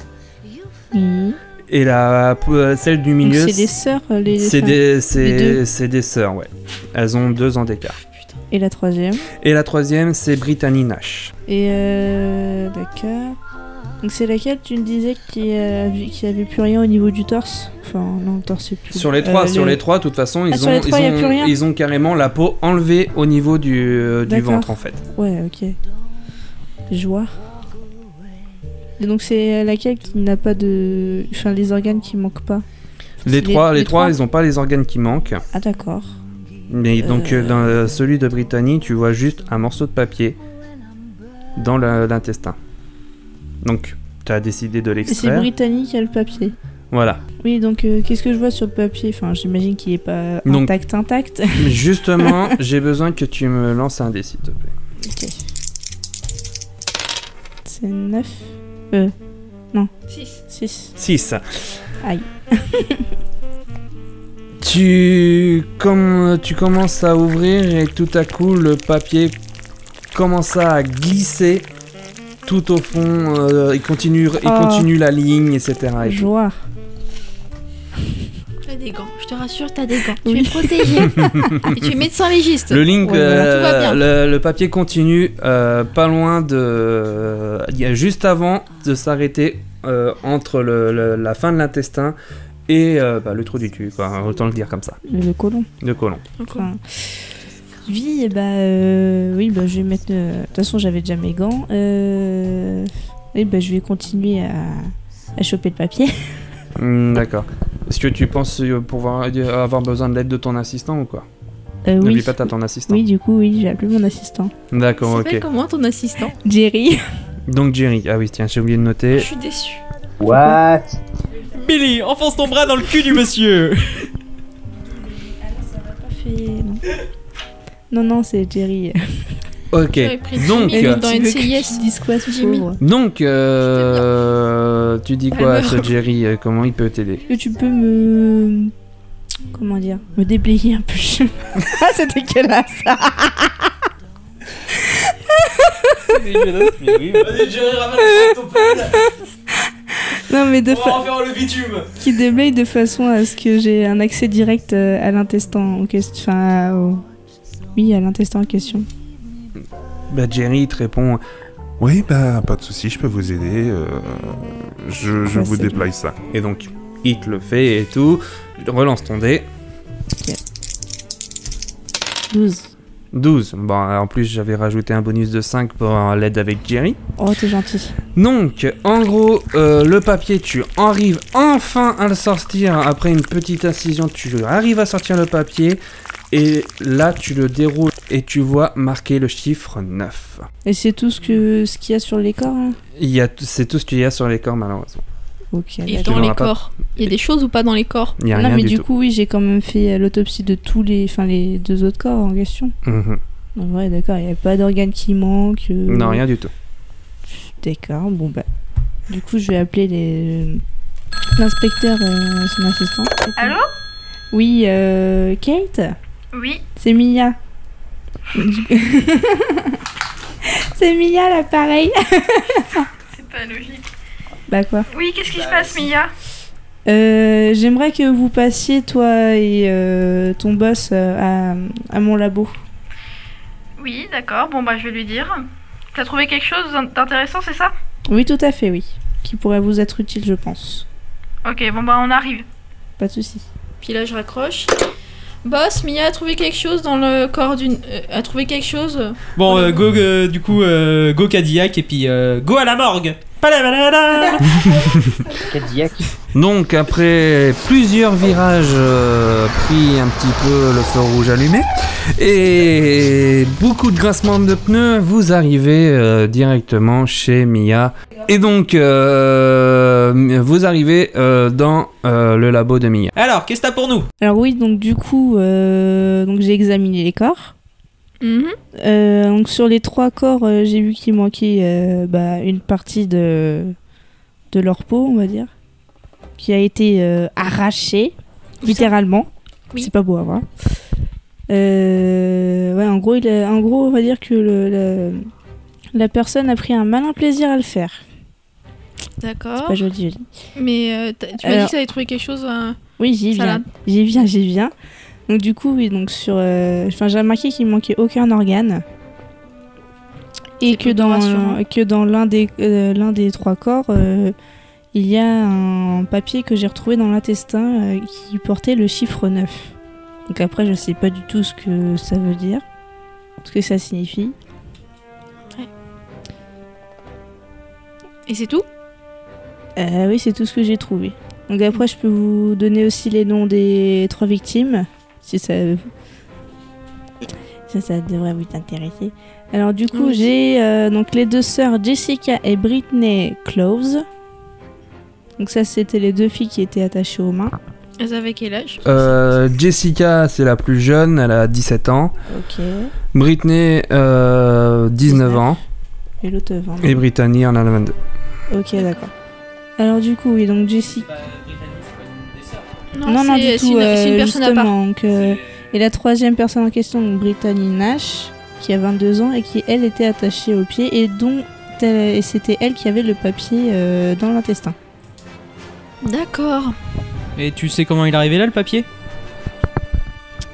Speaker 5: Mhm.
Speaker 1: Et la, euh, celle du
Speaker 5: Donc
Speaker 1: milieu,
Speaker 5: c'est des sœurs, les, les
Speaker 1: c'est
Speaker 5: femmes.
Speaker 1: des, c'est-
Speaker 5: Les deux.
Speaker 1: c'est des sœurs, ouais. Elles ont deux ans d'écart.
Speaker 5: Et la troisième.
Speaker 1: Et la troisième, c'est Brittany Nash.
Speaker 5: Et euh, d'accord. Donc c'est laquelle tu me disais qui, euh, qui avait plus rien au niveau du torse Enfin, non, le torse c'est plus.
Speaker 1: Sur les trois,
Speaker 5: euh,
Speaker 1: sur les trois, de toute façon, ils,
Speaker 5: sur
Speaker 1: ont,
Speaker 5: les trois,
Speaker 1: ils,
Speaker 5: y a plus
Speaker 1: ont,
Speaker 5: rien
Speaker 1: ils ont carrément la peau enlevée au niveau du, euh, du
Speaker 5: D'accord.
Speaker 1: ventre, en fait.
Speaker 5: Ouais, ok. Joie. Et donc c'est laquelle qui n'a pas de. Enfin, les organes qui manquent pas
Speaker 1: Les,
Speaker 5: Les-
Speaker 1: trois, les,
Speaker 5: les
Speaker 1: trois,
Speaker 5: trois.
Speaker 1: ils ont pas les organes qui manquent.
Speaker 5: Ah, d'accord.
Speaker 1: Mais donc
Speaker 5: Euh.
Speaker 1: euh, dans euh, celui de Brittany, tu vois juste un morceau de papier dans le- l'intestin. Donc tu as décidé de
Speaker 5: Et C'est
Speaker 1: l'extraire.
Speaker 5: britannique, il y a le papier.
Speaker 1: Voilà.
Speaker 5: Oui, donc euh, qu'est-ce que je vois sur le papier Enfin, j'imagine qu'il est pas
Speaker 1: Donc-
Speaker 5: intact, intact.
Speaker 1: Justement, j'ai besoin que tu me lances un dé s'il te plaît.
Speaker 5: Ok. C'est 9. Euh,
Speaker 4: 6.
Speaker 5: 6.
Speaker 1: 6.
Speaker 5: Aïe.
Speaker 1: tu comme tu commences à ouvrir et tout à coup le papier commence à glisser tout au fond, euh, il continue, il
Speaker 5: Oh.
Speaker 1: continue la ligne, etc. et tout.
Speaker 5: Joie.
Speaker 4: T'as des gants, je te rassure, t'as des gants.
Speaker 5: Oui.
Speaker 4: Tu es protégé. Et tu es médecin légiste.
Speaker 1: Le link,
Speaker 5: Ouais,
Speaker 1: euh,
Speaker 4: voilà, tout va
Speaker 1: le, le papier continue euh, pas loin de. il y a juste avant de s'arrêter euh, entre le- le- la fin de l'intestin et euh, bah, le trou du cul, quoi, autant le dire comme ça,
Speaker 5: Le colon.
Speaker 1: de colon.
Speaker 5: Enfin, oui, et bah, euh, oui, bah, je vais mettre. euh, De toute façon, j'avais déjà mes gants. Euh, et bah, je vais continuer à, à choper le papier.
Speaker 1: Hmm, D'accord. Est-ce que tu penses euh, pouvoir aider- avoir besoin de l'aide de ton assistant ou quoi
Speaker 5: Euh,
Speaker 1: N'oublie
Speaker 5: oui.
Speaker 1: pas, t'as ton assistant.
Speaker 5: oui, du coup, oui, j'ai appelé mon assistant.
Speaker 1: D'accord,
Speaker 4: Comment,
Speaker 1: ok.
Speaker 4: comment ton assistant
Speaker 5: Jerry.
Speaker 1: Donc Jerry, ah oui, tiens, j'ai oublié de
Speaker 4: Je
Speaker 1: noter.
Speaker 4: suis déçue.
Speaker 3: What
Speaker 2: Billy, enfonce ton bras dans le cul du monsieur
Speaker 5: Non, non, non, c'est Jerry. Euh,
Speaker 1: Ok.
Speaker 4: J'aurais pris
Speaker 1: Donc, euh,
Speaker 4: dix minutes
Speaker 5: Dans
Speaker 4: dans NCIS.
Speaker 5: Dis quoi, ce
Speaker 4: Jimmy.
Speaker 5: pauvre
Speaker 1: donc euh, tu dis quoi à ce Jerry euh, Comment il peut t'aider
Speaker 5: Est-ce que tu peux me. Comment dire Me déblayer un peu le chemin. Ah, c'est dégueulasse.
Speaker 2: Vas-y, Jerry, ramène ton pad
Speaker 5: Non, mais de fa-
Speaker 2: faire le bitume
Speaker 5: qui déblaye de façon à ce que j'ai un accès direct euh, à l'intestin en question. Enfin, à- au- oui, à l'intestin en question.
Speaker 1: Bah Jerry il te répond.
Speaker 6: Oui, bah, pas de souci, je peux vous aider. euh, je je
Speaker 5: Ouais,
Speaker 6: vous
Speaker 5: c'est bien.
Speaker 6: déploie ça.
Speaker 1: Et donc, il te le fait et tout. Relance ton dé.
Speaker 5: 12.
Speaker 1: 12. Bon, en plus, j'avais rajouté un bonus de 5 pour euh, l'aide avec Jerry.
Speaker 5: Oh, t'es gentil.
Speaker 1: Donc, en gros, euh, le papier, tu arrives enfin à le sortir. Après une petite incision, tu arrives à sortir le papier. Et là, tu le déroules et tu vois marqué le chiffre 9.
Speaker 5: Et c'est tout ce que ce qu'il y a sur les corps hein
Speaker 1: Il y a t- C'est tout ce qu'il y a sur les corps, malheureusement.
Speaker 5: Ok.
Speaker 4: Et
Speaker 1: Tu
Speaker 4: dans les
Speaker 1: l'auras pas.
Speaker 4: corps. Il y a des choses ou pas dans les corps
Speaker 1: Il n'y a
Speaker 5: Non,
Speaker 1: rien
Speaker 5: mais
Speaker 1: du,
Speaker 5: du,
Speaker 1: tout.
Speaker 5: coup, oui, j'ai quand même fait euh, l'autopsie de tous les, enfin, les deux autres corps en question.
Speaker 1: Mhm.
Speaker 5: Donc, ouais, d'accord. Il n'y a pas d'organes qui manquent. euh,
Speaker 1: Non, rien du tout.
Speaker 5: D'accord. Bon bah, du coup, je vais appeler les l'inspecteur, euh, son assistant.
Speaker 7: Allô
Speaker 5: Oui, euh, Kate.
Speaker 7: Oui,
Speaker 5: C'est Mia. C'est Mia l'appareil.
Speaker 7: c'est pas logique.
Speaker 5: Bah quoi
Speaker 7: Oui, qu'est-ce qui se passe, Mia
Speaker 5: euh, J'aimerais que vous passiez toi et euh, ton boss euh, à, à mon labo.
Speaker 7: Oui, d'accord, bon bah je vais lui dire. T'as trouvé quelque chose d'intéressant, c'est ça
Speaker 5: Oui, tout à fait, oui. Qui pourrait vous être utile, je pense.
Speaker 7: Ok, bon bah on arrive.
Speaker 5: Pas de souci.
Speaker 4: Puis là, je raccroche. Boss, Mia a trouvé quelque chose dans le corps d'une. euh, a trouvé quelque chose.
Speaker 2: Bon, euh, go, euh, du coup, euh, go Cadillac et puis euh, go à la morgue Palabalala
Speaker 3: Cadillac.
Speaker 1: Donc, après plusieurs virages euh, pris un petit peu le feu rouge allumé et beaucoup de grincements de pneus, vous arrivez euh, directement chez Mia. Et donc, euh, vous arrivez euh, dans euh, le labo de Mia.
Speaker 2: Alors, qu'est-ce que t'as pour nous
Speaker 5: Alors oui, donc du coup, euh, donc j'ai examiné les corps.
Speaker 4: Mhm.
Speaker 5: Euh, donc sur les trois corps, euh, j'ai vu qu'il manquait euh, bah, une partie de, de leur peau, on va dire, qui a été euh, arrachée, littéralement.
Speaker 4: Oui.
Speaker 5: C'est pas beau à voir. Euh, ouais, en gros, il a- en gros, on va dire que le- le- la personne a pris un malin plaisir à le faire.
Speaker 4: D'accord.
Speaker 5: Pas joli, joli.
Speaker 4: Mais euh, t'as- tu m'as
Speaker 5: Alors-
Speaker 4: dit que t'avais trouvé quelque chose. hein.
Speaker 5: Oui, j'y
Speaker 4: Ça
Speaker 5: viens. J'y viens, j'y viens. Donc du coup, oui, donc sur... euh, Enfin, j'ai remarqué qu'il manquait aucun organe. Et
Speaker 4: C'est
Speaker 5: que
Speaker 4: plutôt
Speaker 5: dans,
Speaker 4: rassurant.
Speaker 5: que dans l'un des, euh, l'un des trois corps, euh, il y a un papier que j'ai retrouvé dans l'intestin euh, qui portait le chiffre 9. Donc après, je sais pas du tout ce que ça veut dire, ce que ça signifie.
Speaker 4: Et c'est tout
Speaker 5: Euh, oui, c'est tout ce que j'ai trouvé. Donc après, je peux vous donner aussi les noms des trois victimes, si ça, ça, ça devrait vous intéresser. Alors du coup,
Speaker 4: Oui.
Speaker 5: j'ai euh, donc les deux sœurs Jessica et Britney Close. Donc ça, c'était les deux filles qui étaient attachées aux mains.
Speaker 4: Elles avaient quel âge
Speaker 1: Euh, Jessica, c'est la plus jeune, elle a 17 ans.
Speaker 5: Ok.
Speaker 1: Britney, euh, 19 ans.
Speaker 5: Et l'autre euh, 20.
Speaker 1: Et Brittany en a 22.
Speaker 5: Ok, d'accord. Alors du coup, oui, donc Jessica. Non, non,
Speaker 4: Ah, c'est
Speaker 5: du
Speaker 4: c'est
Speaker 5: tout.
Speaker 4: une, c'est une
Speaker 5: euh,
Speaker 4: personne à part.
Speaker 5: justement, donc, euh, Et la troisième personne en question, donc Brittany Nash, qui a 22 ans et qui, elle, était attachée au pied et dont elle- et c'était elle qui avait le papier euh, dans l'intestin.
Speaker 4: D'accord.
Speaker 2: Et tu sais comment il est arrivé là, le papier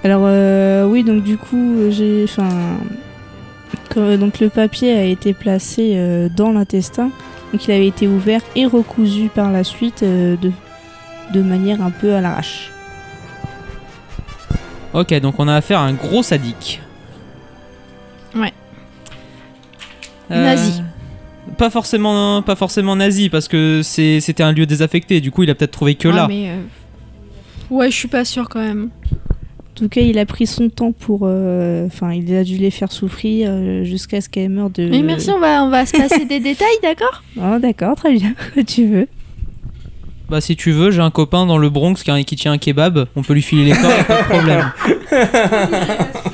Speaker 5: Alors, euh, oui, donc du coup, euh, j'ai. Enfin. que- Donc, le papier a été placé euh, dans l'intestin. Donc, il avait été ouvert et recousu par la suite euh, de, de manière un peu à l'arrache.
Speaker 2: Ok, donc on a affaire à un gros sadique.
Speaker 4: Ouais.
Speaker 2: Euh,
Speaker 4: Nazi.
Speaker 2: Pas forcément, pas forcément nazi, parce que c'est- c'était un lieu désaffecté, du coup il a peut-être trouvé que
Speaker 4: Ouais,
Speaker 2: là.
Speaker 4: mais, euh, Ouais, je suis pas sûre quand même.
Speaker 5: En tout cas, il a pris son temps pour. euh, Enfin, il a dû les faire souffrir euh, jusqu'à ce qu'elle meure de.
Speaker 4: Mais merci, on va, on va se passer des détails, d'accord
Speaker 5: Oh, d'accord, très bien, comme tu veux.
Speaker 2: Bah si tu veux, j'ai un copain dans le Bronx qui, a- qui tient un kebab, on peut lui filer les corps, y a pas de problème.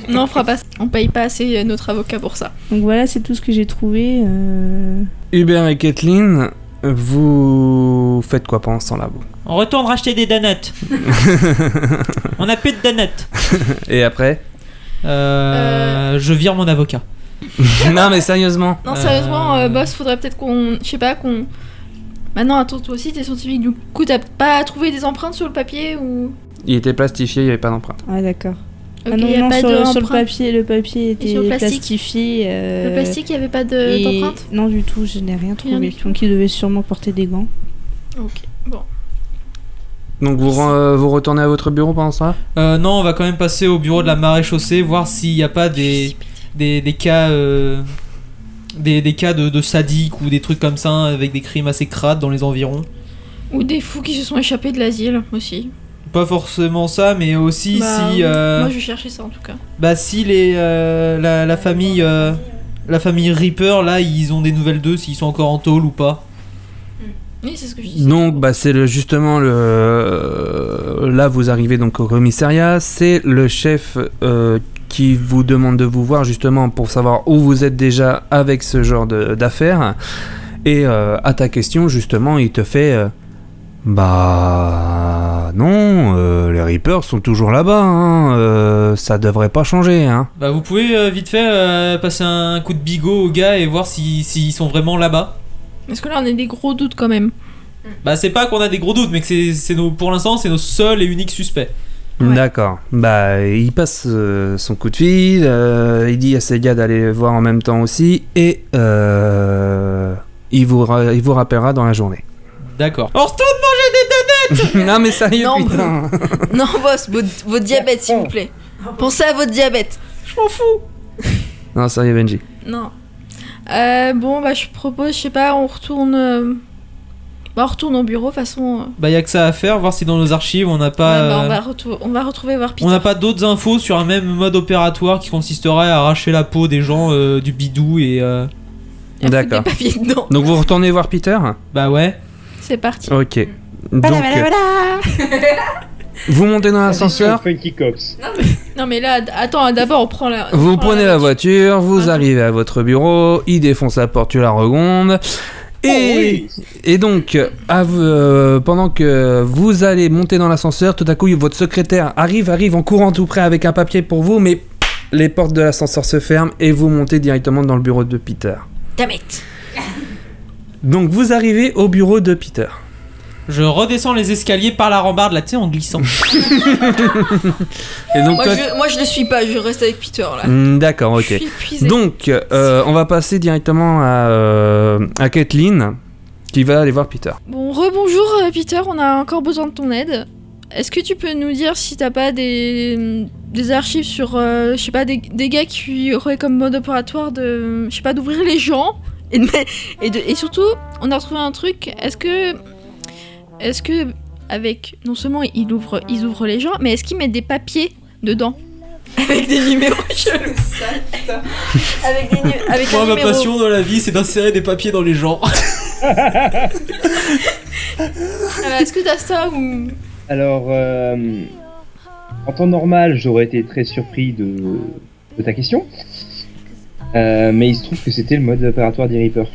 Speaker 4: Non, on fera pas ça. On paye pas assez euh, notre avocat pour ça.
Speaker 5: Donc voilà, c'est tout ce que j'ai trouvé. euh.
Speaker 1: Hubert et Kathleen, vous faites quoi pendant ce temps-là vous
Speaker 2: On retourne racheter des donuts. on a plus de donuts.
Speaker 1: Et après
Speaker 2: Euh, Je vire mon avocat.
Speaker 1: Non mais sérieusement
Speaker 4: Non,
Speaker 2: Euh,
Speaker 4: sérieusement, euh, boss, faudrait peut-être qu'on. Je sais pas, qu'on. Maintenant, attends, toi aussi, t'es scientifique, du coup, t'as pas trouvé des empreintes sur le papier ou.
Speaker 1: Il était plastifié, il n'y avait pas d'empreinte.
Speaker 5: Ah, d'accord.
Speaker 4: Ok,
Speaker 5: Ah non,
Speaker 4: y a
Speaker 5: non,
Speaker 4: pas
Speaker 5: sur,
Speaker 4: de
Speaker 5: le- sur le
Speaker 4: empreinte.
Speaker 5: papier, le papier était
Speaker 4: sur le plastique
Speaker 5: plastifié. euh,
Speaker 4: Le plastique, y avait pas de-
Speaker 5: et-
Speaker 4: d'empreinte
Speaker 5: Non, du tout, je n'ai rien trouvé.
Speaker 4: du tout.
Speaker 5: Donc il devait sûrement porter des gants.
Speaker 4: Ok, bon.
Speaker 1: Donc vous, re- euh, vous retournez à votre bureau pendant ça
Speaker 2: Euh, non, on va quand même passer au bureau de la marée chaussée, voir s'il n'y a pas des, des, des cas, euh, des, des cas de, de sadiques ou des trucs comme ça hein, avec des crimes assez crades dans les environs.
Speaker 4: Ou des fous qui se sont échappés de l'asile aussi.
Speaker 2: Pas forcément ça, mais aussi
Speaker 4: Bah,
Speaker 2: si, euh,
Speaker 4: Moi, je cherchais ça en tout cas.
Speaker 2: bah, si les, euh, la, la famille, euh, la famille Reaper là, ils ont des nouvelles d'eux, s'ils sont encore en tôle ou pas.
Speaker 4: Oui, c'est ce que je disais.
Speaker 1: Donc bah, c'est le- justement le... euh, Là vous arrivez donc au commissariat, c'est le chef euh, qui vous demande de vous voir justement pour savoir où vous êtes déjà avec ce genre de- d'affaires. Et euh, à ta question justement il te fait... euh, bah non, euh, les Reapers sont toujours là-bas, hein, euh, ça devrait pas changer. Hein.
Speaker 2: Bah, vous pouvez euh, vite fait euh, passer un coup de bigot aux gars et voir si- s'ils sont vraiment là-bas.
Speaker 4: Parce que là, on a des gros doutes quand même.
Speaker 2: Bah, c'est pas qu'on a des gros doutes, mais que c'est- c'est nos- pour l'instant, c'est nos seuls et uniques suspects.
Speaker 4: Ouais.
Speaker 1: D'accord. Bah, il passe euh, son coup de fil, euh, il dit à ses gars d'aller voir en même temps aussi, et euh, il, vous ra- il vous rappellera dans la journée.
Speaker 2: D'accord. On retourne manger des donuts
Speaker 1: non, mais sérieux,
Speaker 4: Non,
Speaker 1: putain.
Speaker 4: Non, boss, votre, votre diabète, s'il vous plaît. Pensez à votre diabète.
Speaker 1: Non, sérieux, Benji.
Speaker 4: Non. Euh, bon, bah, je propose, je sais pas, on retourne. euh, Bah, on retourne au bureau, de toute façon. euh,
Speaker 2: Bah, y a que ça à faire, voir si dans nos archives on n'a pas.
Speaker 4: ouais, bah,
Speaker 2: euh,
Speaker 4: on, va retou- on va retrouver voir Peter.
Speaker 2: On n'a pas d'autres infos sur un même mode opératoire qui consisterait à arracher la peau des gens euh, du bidou et euh,
Speaker 4: Il y a foutu
Speaker 1: D'accord.
Speaker 4: des papiers dedans.
Speaker 1: Donc vous retournez voir Peter
Speaker 2: bah ouais.
Speaker 4: C'est parti.
Speaker 1: Ok. Donc, vous montez dans l'ascenseur,
Speaker 3: Funky Cops.
Speaker 4: Non, mais là, d- attends, d'abord, on prend la. on
Speaker 1: vous
Speaker 4: prend
Speaker 1: prenez la voiture,
Speaker 4: voiture.
Speaker 1: vous
Speaker 4: Attends.
Speaker 1: arrivez à votre bureau, il défonce la porte, tu la regondes. Et, et donc, à v- euh, pendant que vous allez monter dans l'ascenseur, tout à coup, votre secrétaire arrive, arrive en courant tout près avec un papier pour vous, mais les portes de l'ascenseur se ferment et vous montez directement dans le bureau de Peter.
Speaker 4: Damn it.
Speaker 1: Donc, vous arrivez au bureau de Peter.
Speaker 2: Je redescends les escaliers par la rambarde là, tu sais, en glissant.
Speaker 1: Et donc,
Speaker 4: Moi
Speaker 1: toi-
Speaker 4: je, moi, je le suis pas, je reste avec Peter là.
Speaker 1: Hmm, D'accord, ok.
Speaker 4: Je suis épuisée.
Speaker 1: Donc, euh, on va passer directement à, euh, à Kathleen, qui va aller voir Peter.
Speaker 4: Bon, rebonjour euh, Peter, on a encore besoin de ton aide. Est-ce que tu peux nous dire si t'as pas des, des archives sur, euh, je sais pas, des, des gars qui auraient comme mode opératoire de, je sais pas, d'ouvrir les gens et, de, et, de- et surtout, on a retrouvé un truc. Est-ce que, est-ce que avec, non seulement ils ouvrent, ils ouvrent les gens, mais est-ce qu'ils mettent des papiers dedans avec des numéros chelous Avec des, nu- avec un
Speaker 2: Moi, ma
Speaker 4: numéro.
Speaker 2: passion dans la vie, c'est d'insérer des papiers dans les gens.
Speaker 4: Ah, Est-ce que t'as ça ou
Speaker 3: Alors, euh, en temps normal, j'aurais été très surpris de, de ta question. Euh, mais il se trouve que c'était le mode opératoire d'E-Reaper.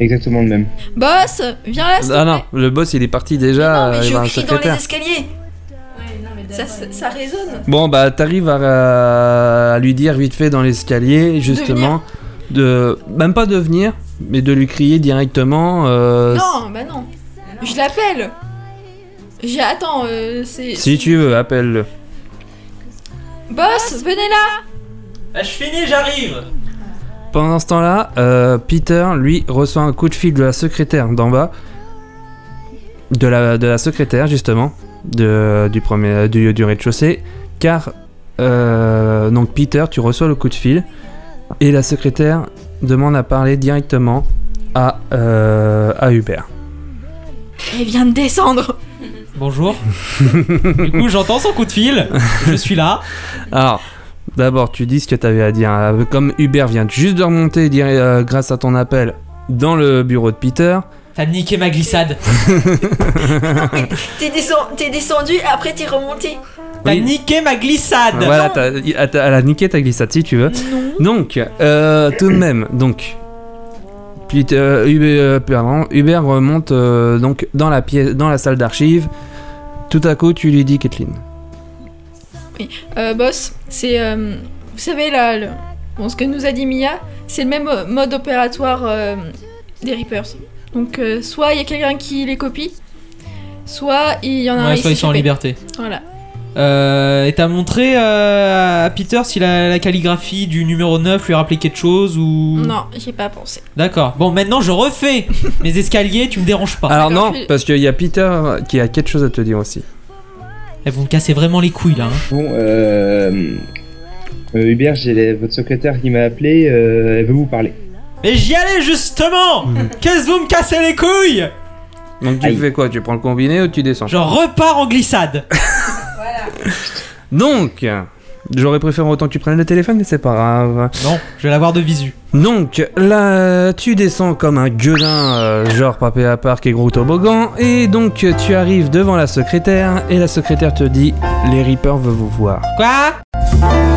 Speaker 3: Exactement le même.
Speaker 4: Boss, viens là, s'il te
Speaker 1: Ah
Speaker 4: plaît.
Speaker 1: non, le boss il est parti déjà,
Speaker 4: non, mais
Speaker 1: euh, il
Speaker 4: je
Speaker 1: va un
Speaker 4: crie dans les
Speaker 1: secrétaire.
Speaker 4: escaliers. Ça, ça, ça résonne.
Speaker 1: Bon, bah t'arrives à, euh, à lui dire vite fait dans l'escalier, justement, de, même pas de venir, mais de lui crier directement. euh,
Speaker 4: Non, bah non. Je l'appelle. J'ai attends, euh, c'est.
Speaker 1: Si tu veux, appelle-le.
Speaker 4: Boss, venez là.
Speaker 2: Bah, je finis, j'arrive.
Speaker 1: Pendant ce temps-là, euh, Peter, lui, reçoit un coup de fil de la secrétaire d'en bas. De la, de la secrétaire, justement, de, du, premier, du, du rez-de-chaussée. Car, euh, donc, Peter, tu reçois le coup de fil. Et la secrétaire demande à parler directement à, euh, à Hubert.
Speaker 4: Elle vient de descendre.
Speaker 2: Bonjour. du coup, j'entends son coup de fil. Je suis là.
Speaker 1: Alors, d'abord, tu dis ce que tu avais à dire. Euh, Comme Hubert vient juste de remonter, dire, euh, grâce à ton appel, dans le bureau de Peter.
Speaker 2: T'as niqué ma glissade.
Speaker 8: T'es descend- t'es descendu, après t'es remonté.
Speaker 2: T'as
Speaker 1: Oui.
Speaker 2: niqué ma glissade.
Speaker 1: Voilà, Ah t'as- il- elle t'a- elle a niqué ta glissade si tu veux. Donc, euh, tout de même, donc. Puis, euh, Hubert, euh, pardon, Hubert remonte euh, donc dans la pièce, dans la salle d'archives. Tout à coup, tu lui dis Kathleen.
Speaker 4: Euh, boss, c'est. euh, vous savez là, le- bon, ce que nous a dit Mia, c'est le même euh, mode opératoire euh, des Reapers. Donc, euh, soit il y a quelqu'un qui les copie, soit Ah, il y en a un.
Speaker 2: Ouais,
Speaker 4: qui
Speaker 2: soit ils sont en
Speaker 4: s'échappe.
Speaker 2: liberté.
Speaker 4: Voilà.
Speaker 2: Euh, et t'as montré euh, à Peter si la, la calligraphie du numéro 9 lui rappelait quelque chose ou.
Speaker 4: Non, j'ai pas pensé.
Speaker 2: D'accord. Bon, maintenant je refais mes escaliers, tu me déranges pas.
Speaker 1: Alors non,
Speaker 4: d'accord, je-
Speaker 1: parce qu'il y a Peter qui a quelque chose à te dire aussi.
Speaker 2: Eh, vous me cassez vraiment les couilles là. hein.
Speaker 3: Bon, euh, euh, Hubert, j'ai la- votre secrétaire qui m'a appelé, euh, elle veut vous parler.
Speaker 2: Mais j'y allais justement Qu'est-ce que vous me cassez les couilles
Speaker 1: Donc tu
Speaker 3: Aïe.
Speaker 1: fais quoi Tu prends le combiné ou tu descends
Speaker 2: Je repars en glissade.
Speaker 1: Donc, j'aurais préféré autant que tu prennes le téléphone, mais c'est pas grave.
Speaker 2: Non, je vais l'avoir de visu.
Speaker 1: Donc là, tu descends comme un gueulin, euh, genre Papéa Park et gros toboggan, et donc tu arrives devant la secrétaire, et la secrétaire te dit Les Reapers veulent vous voir.
Speaker 2: Quoi